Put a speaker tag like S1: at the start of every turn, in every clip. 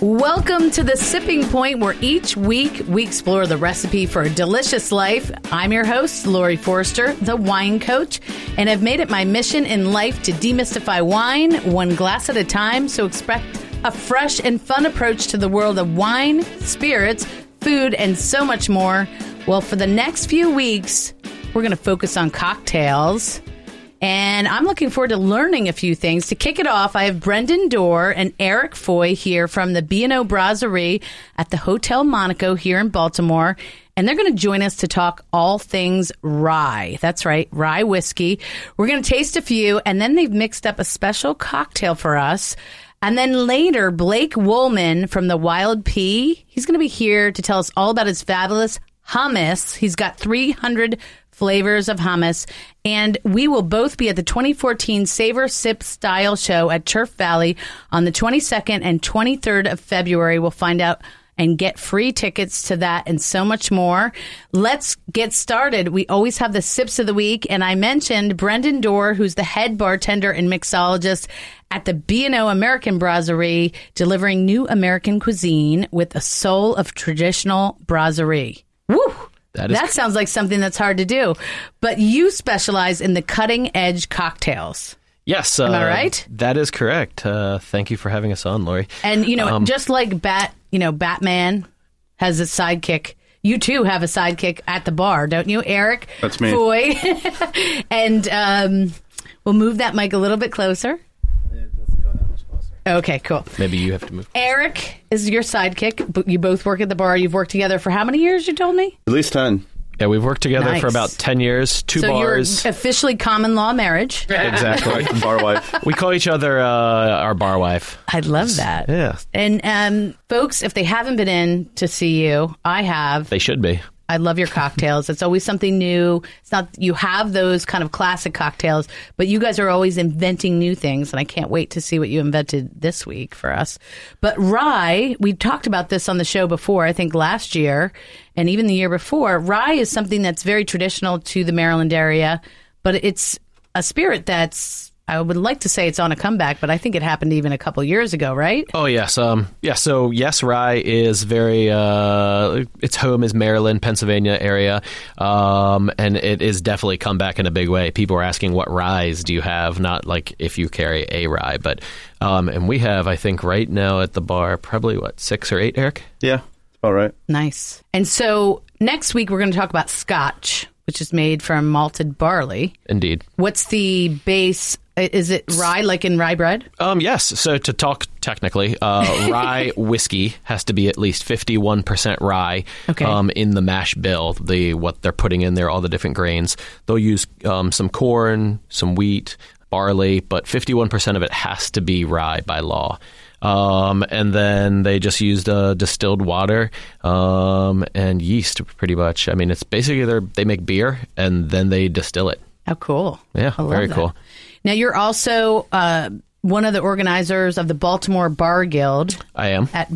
S1: Welcome to the Sipping Point, where each week we explore the recipe for a delicious life. I'm your host, Lori Forrester, the wine coach, and I've made it my mission in life to demystify wine one glass at a time. So expect a fresh and fun approach to the world of wine, spirits, food, and so much more. Well, for the next few weeks, we're going to focus on cocktails. And I'm looking forward to learning a few things. To kick it off, I have Brendan Dorr and Eric Foy here from the B&O Brasserie at the Hotel Monaco here in Baltimore. And they're going to join us to talk all things rye. That's right, rye whiskey. We're going to taste a few, and then they've mixed up a special cocktail for us. And then later, Blake Woolman from the Wild Pea, he's going to be here to tell us all about his fabulous hummus. He's got 300 flavors of hummus. And we will both be at the 2014 Savor Sip Style Show at Turf Valley on the 22nd and 23rd of February. We'll find out and get free tickets to that and so much more. Let's get started. We always have the sips of the week. And I mentioned Brendan Dorr, who's the head bartender and mixologist at the B&O American Brasserie, delivering new American cuisine with a soul of traditional brasserie. Woo!
S2: That is-
S1: that sounds like something that's hard to do. But you specialize in the cutting edge cocktails.
S2: Yes. Am
S1: I right?
S2: That is correct. Uh, thank you for having us on, Lori.
S1: And you know,
S2: Um,
S1: just like Bat, you know, Batman has a sidekick. You too have a sidekick at the bar, don't you, Eric?
S3: That's me.
S1: Foy. and um, we'll move that mic a little bit closer. Okay, cool.
S2: Maybe you have to move.
S1: Eric is your sidekick. but You both work at the bar. You've worked together for how many years? You told me.
S3: At least 10.
S2: Yeah, we've worked together
S1: Nice.
S2: for about 10 years, two
S1: so
S2: bars.
S1: you're officially common law marriage.
S2: exactly.
S3: Correct, bar wife.
S2: we call each other uh, our bar wife.
S1: I love that.
S2: Yeah.
S1: And um, folks, if they haven't been in to see you, I have.
S2: They should be.
S1: I love your cocktails. It's always something new. It's not you have those kind of classic cocktails, but you guys are always inventing new things, and I can't wait to see what you invented this week for us. But rye, we talked about this on the show before, I think last year, and even the year before. Rye is something that's very traditional to the Maryland area, but it's a spirit that's I would like to say it's on a comeback, but I think it happened even a couple years ago, right?
S2: Oh yes, um, yeah. So yes, rye is very. Uh, its home is Maryland, Pennsylvania area, um, and it is definitely come back in a big way. People are asking what ryes do you have, not like if you carry a rye, but um, and we have, I think, right now at the bar, probably what six or eight, Eric.
S3: Yeah, it's about right.
S1: Nice. And so next week we're going to talk about scotch, which is made from malted barley.
S2: Indeed.
S1: What's the base? I- Is it rye, like in rye bread?
S2: Um, yes. So to talk technically, uh, rye whiskey has to be at least fifty-one percent rye.
S1: Okay.
S2: Um, in the mash bill, the what they're putting in there, all the different grains. They'll use um, some corn, some wheat, barley, but fifty-one percent of it has to be rye by law. Um, and then they just used uh, distilled water um, and yeast, pretty much. I mean, it's basically they they make beer and then they distill it.
S1: How Oh, cool!
S2: Yeah,
S1: I love
S2: very
S1: that.
S2: cool.
S1: Now you're also uh, one of the organizers of the Baltimore Bar Guild.
S2: I am.
S1: at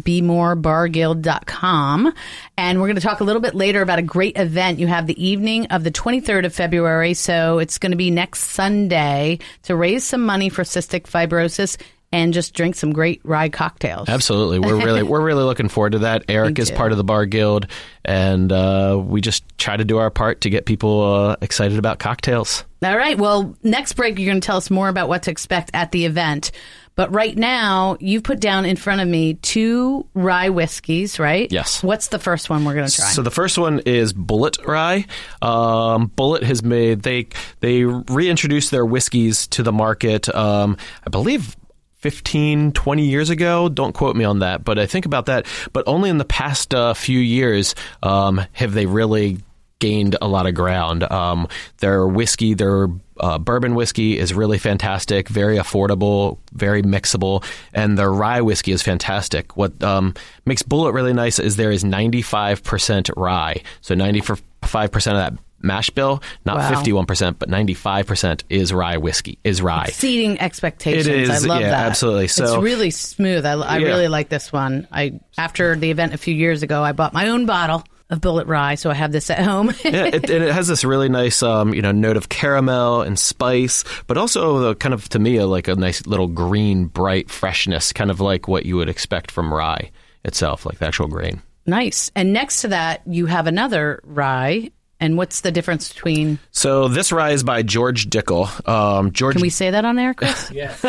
S1: bemorebarguild.com. And we're going to talk a little bit later about a great event you have the evening of the 23rd of February. So it's going to be next Sunday to raise some money for cystic fibrosis and just drink some great rye cocktails.
S2: Absolutely, we're really we're really looking forward to that. Eric
S1: Me
S2: is
S1: too.
S2: part of the bar guild, and uh, we just try to do our part to get people uh, excited about cocktails.
S1: All right. Well, next break, you're going to tell us more about what to expect at the event. But right now, you've put down in front of me two rye whiskeys, right?
S2: Yes.
S1: What's the first one we're going to try?
S2: So the first one is Bullet Rye. Um, Bullet has made they they reintroduced their whiskeys to the market. Um, I believe. 15, 20 years ago. Don't quote me on that, but I think about that. But only in the past uh, few years um, have they really gained a lot of ground. Um, their whiskey, their uh, bourbon whiskey is really fantastic, very affordable, very mixable, and their rye whiskey is fantastic. What um, makes Bullet really nice is there is 95% rye. So 95% of that mash bill, not
S1: Wow.
S2: 51%, but 95% is rye whiskey, is rye.
S1: exceeding expectations.
S2: It is,
S1: I love
S2: yeah,
S1: that.
S2: absolutely. So-
S1: it's really smooth. I, I
S2: Yeah.
S1: really like this one. I after the event a few years ago, I bought my own bottle of bullet rye, so I have this at home.
S2: yeah, it, and it has this really nice, um, you know, note of caramel and spice, but also the kind of to me a, like a nice little green, bright freshness, kind of like what you would expect from rye itself, like the actual grain.
S1: nice. And next to that, you have another rye. And what's the difference between?
S2: So this rye is by George Dickel. Um, George
S1: Can we say that on air, Chris? yes.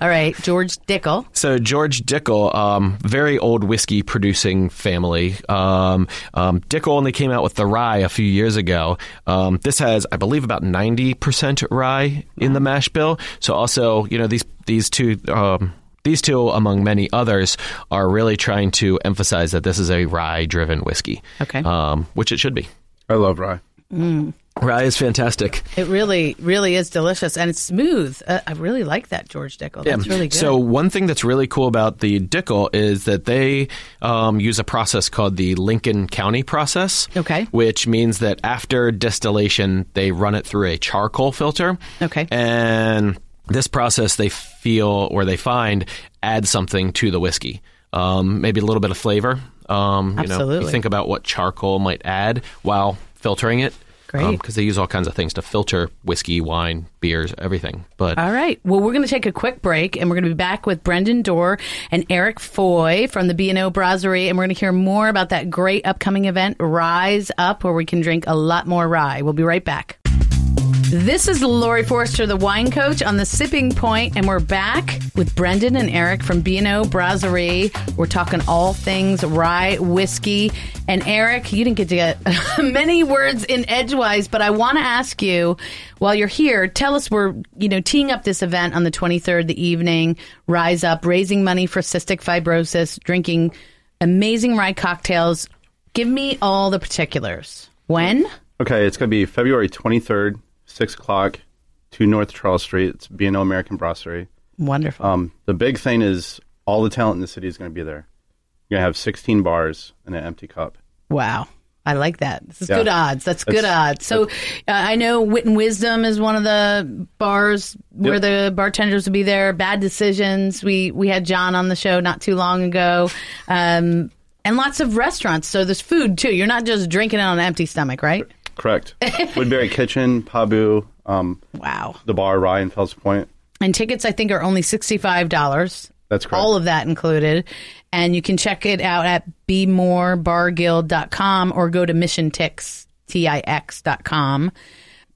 S1: All right, George Dickel.
S2: So George Dickel, um, very old whiskey producing family. Um, um, Dickel only came out with the rye a few years ago. Um, this has, I believe, about ninety percent rye in the mash bill. So also, you know, these these two. Um, these two, among many others, are really trying to emphasize that this is a rye-driven whiskey,
S1: Okay.
S2: um, which it should be.
S3: I love rye.
S2: Rye is fantastic.
S1: It really, really is delicious, and it's smooth. Uh, I really like that George Dickel. That's really good.
S2: Um, So one thing that's really cool about the Dickel is that they um, use a process called the Lincoln County process.
S1: Okay.
S2: Which means that after distillation, they run it through a charcoal filter.
S1: Okay.
S2: And this process, they feel or they find adds something to the whiskey, um, maybe a little bit of flavor. Um, You know,
S1: Absolutely.
S2: you think about what charcoal might add while filtering it.
S1: Great.
S2: Because they use all kinds of things to filter whiskey, wine, beers, everything. But
S1: All right. Well, we're going to take a quick break, and we're going to be back with Brendan Dorr and Eric Foy from the B&O Brasserie, and we're going to hear more about that great upcoming event, Rise Up, where we can drink a lot more rye. We'll be right back. This is Lori Forster, the wine coach on the Sipping Point, and we're back with Brendan and Eric from B&O Brasserie. We're talking all things rye whiskey. And Eric, you didn't get to get many words in edgewise, but I want to ask you, while you're here, tell us we're you know teeing up this event on the 23rd, the evening, Rise Up, raising money for cystic fibrosis, drinking amazing rye cocktails. Give me all the particulars. When?
S3: Okay, it's going to be February 23rd, 6 o'clock, to North Charles Street. It's B&O American Brasserie.
S1: Wonderful.
S3: Um, the big thing is all the talent in the city is going to be there. You're going to have 16 bars and an empty cup.
S1: Wow. I like that. This is
S3: Yeah.
S1: good odds. That's good
S3: That's-
S1: odds. So uh, I know Wit and Wisdom is one of the bars where
S3: Yep.
S1: the bartenders would be there. Bad Decisions. We we had John on the show not too long ago, um, and lots of restaurants. So there's food too. You're not just drinking it on an empty stomach, right?
S3: Correct. Woodbury Kitchen, Pabu, um,
S1: Wow.
S3: the bar Rye in Fells Point.
S1: And tickets I think are only sixty five dollars.
S3: That's correct.
S1: All of that included. And you can check it out at bemorebarguild.com or go to missiontix, T-I-X dot com.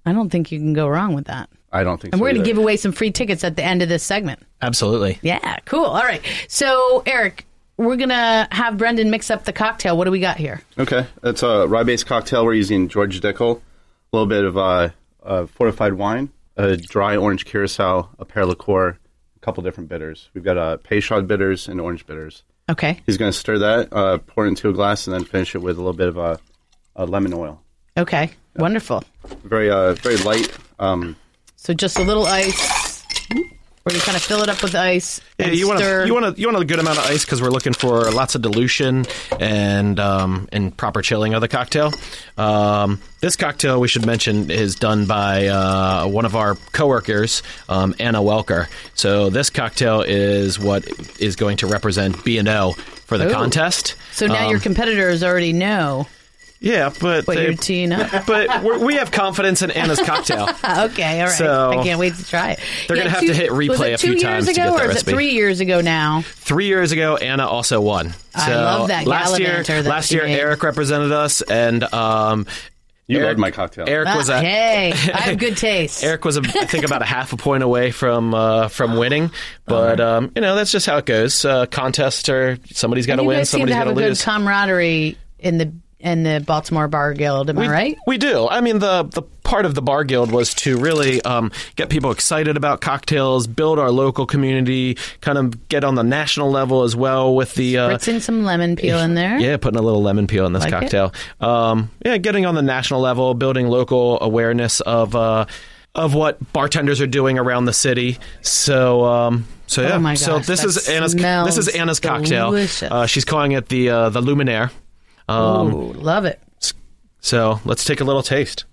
S1: I don't think you can go wrong with that.
S3: I don't think
S1: And
S3: so
S1: we're going to
S3: either.
S1: give away some free tickets at the end of this segment.
S2: absolutely.
S1: Yeah, cool. All right. So, Eric, we're going to have Brendan mix up the cocktail. What do we got here?
S3: Okay, it's a rye-based cocktail. We're using George Dickel, a little bit of uh, uh, fortified wine, a dry orange curacao, a pear liqueur, a couple different bitters. We've got uh, Peychaud bitters and orange bitters.
S1: Okay.
S3: He's going to stir that, uh, pour it into a glass, and then finish it with a little bit of uh, uh, lemon oil.
S1: Okay. Wonderful.
S3: Very, uh, very light. Um,
S1: So, just a little ice. We're going to kind of fill it up with ice.
S2: Yeah,
S1: and
S2: you want
S1: stir.
S2: you want you want a good amount of ice because we're looking for lots of dilution and um, and proper chilling of the cocktail. Um, this cocktail we should mention is done by uh, one of our coworkers, um, Anna Welker. So this cocktail is what is going to represent B and O for the
S1: Ooh.
S2: contest. Um,
S1: So now your competitors already know
S2: Yeah, but
S1: what
S2: they-
S1: you're teeing up. Ah,
S2: but we're, we have confidence in Anna's cocktail.
S1: okay, all right.
S2: So-
S1: I can't wait to try it.
S2: They're gonna have
S1: two-
S2: to hit replay
S1: was it
S2: a few
S1: two
S2: times
S1: years
S2: to
S1: ago,
S2: get
S1: or
S2: that
S1: is
S2: recipe.
S1: it three years ago now?
S2: Three years ago, Anna also won. So
S1: I love that
S2: last year,
S1: gallivanter that
S2: last
S1: she
S2: year
S1: made.
S2: Eric represented us, and um,
S3: you
S2: Eric-
S3: love my cocktail.
S2: Eric was
S1: Ah,
S2: a
S1: hey, I have good taste.
S2: Eric was, a, I think, about a half a point away from uh, from winning. But um, you know, that's just how it goes. Uh, contests are somebody's got to
S1: you
S2: win,
S1: guys seem
S2: somebody's
S1: to
S2: got
S1: have
S2: to
S1: a good
S2: lose.
S1: camaraderie in the in the Baltimore Bar Guild. Am
S2: we,
S1: I right?
S2: we do. I mean, the the part of the bar guild was to really um, get people excited about cocktails, build our local community, kind of get on the national level as well with the uh,
S1: Spritz in some lemon peel in there.
S2: Yeah, putting a little lemon peel in this
S1: Like it?
S2: cocktail. Um, yeah, getting on the national level, building local awareness of uh, of what bartenders are doing around the city. So. Um, so yeah,
S1: Oh my
S2: so
S1: gosh,
S2: this
S1: that
S2: is Anna's. This is
S1: smells
S2: Anna's cocktail.
S1: delicious.
S2: Uh, she's calling it the uh, the Luminaire. Um,
S1: Ooh, love it.
S2: so let's take a little taste.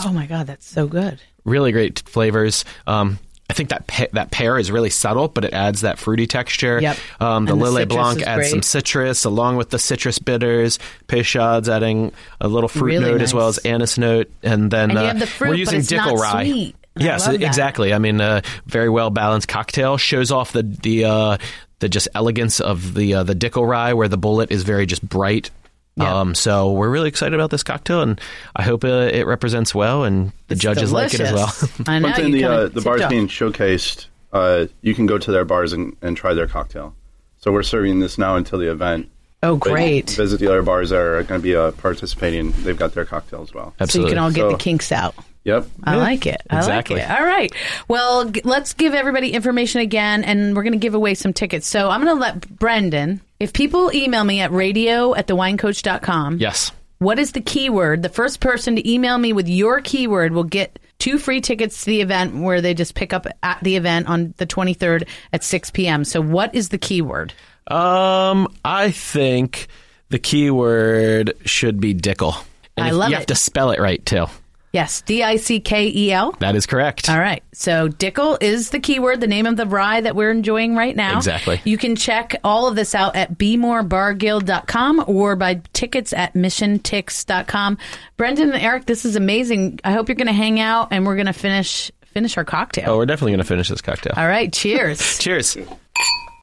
S1: Oh my god, that's so good.
S2: Really great flavors. Um, I think that pe- that pear is really subtle, but it adds that fruity texture.
S1: Yep.
S2: Um, the
S1: And the
S2: Lillet
S1: citrus
S2: Blanc
S1: is
S2: adds some
S1: great.
S2: citrus along with the citrus bitters. Peychaud's adding a little fruit
S1: Really
S2: note as well
S1: nice.
S2: as anise note, and then
S1: And you
S2: uh,
S1: have the fruit,
S2: we're
S1: but
S2: using
S1: it's not
S2: dickel rye.
S1: sweet. And I
S2: Yes,
S1: love that.
S2: exactly. I mean, uh, very well balanced cocktail shows off the the uh, the just elegance of the uh, the dickel rye, where the bullet is very just bright.
S1: Yeah.
S2: Um, so we're really excited about this cocktail, and I hope uh, it represents well, and the judges like it as well.
S1: Delicious. I know
S3: One thing
S1: you
S3: the
S1: kinda
S3: uh, the
S1: tipped
S3: bars
S1: off.
S3: being showcased, uh, you can go to their bars and, and try their cocktail. So we're serving this now until the event.
S1: Oh,
S3: But
S1: great! So
S3: Visit the other bars that are going to be uh, participating. They've got their cocktail as well.
S1: you
S2: Absolutely.
S1: can all get
S3: So-
S1: the kinks out.
S3: Yep.
S1: I like it. I
S2: exactly.
S1: like it. All right. Well, g- let's give everybody information again, and we're going to give away some tickets. So I'm going to let Brendan, if people email me at radio at thewinecoach.com,
S2: yes.
S1: what is the keyword? The first person to email me with your keyword will get two free tickets to the event where they just pick up at the event on the 23rd at 6 p.m. So what is the keyword?
S2: Um, I think the keyword should be dickle. And
S1: I
S2: if-
S1: love
S2: You
S1: it.
S2: have to spell it right too.
S1: Yes, D-I-C-K-E-L.
S2: That is correct.
S1: All right. So Dickel is the keyword, the name of the rye that we're enjoying right now.
S2: Exactly.
S1: You can check all of this out at bemorebarguild.com or by tickets at missiontix.com. Brendan and Eric, this is amazing. I hope you're going to hang out and we're going to finish finish our cocktail.
S2: Oh, we're definitely going to finish this cocktail.
S1: All right. Cheers.
S2: Cheers.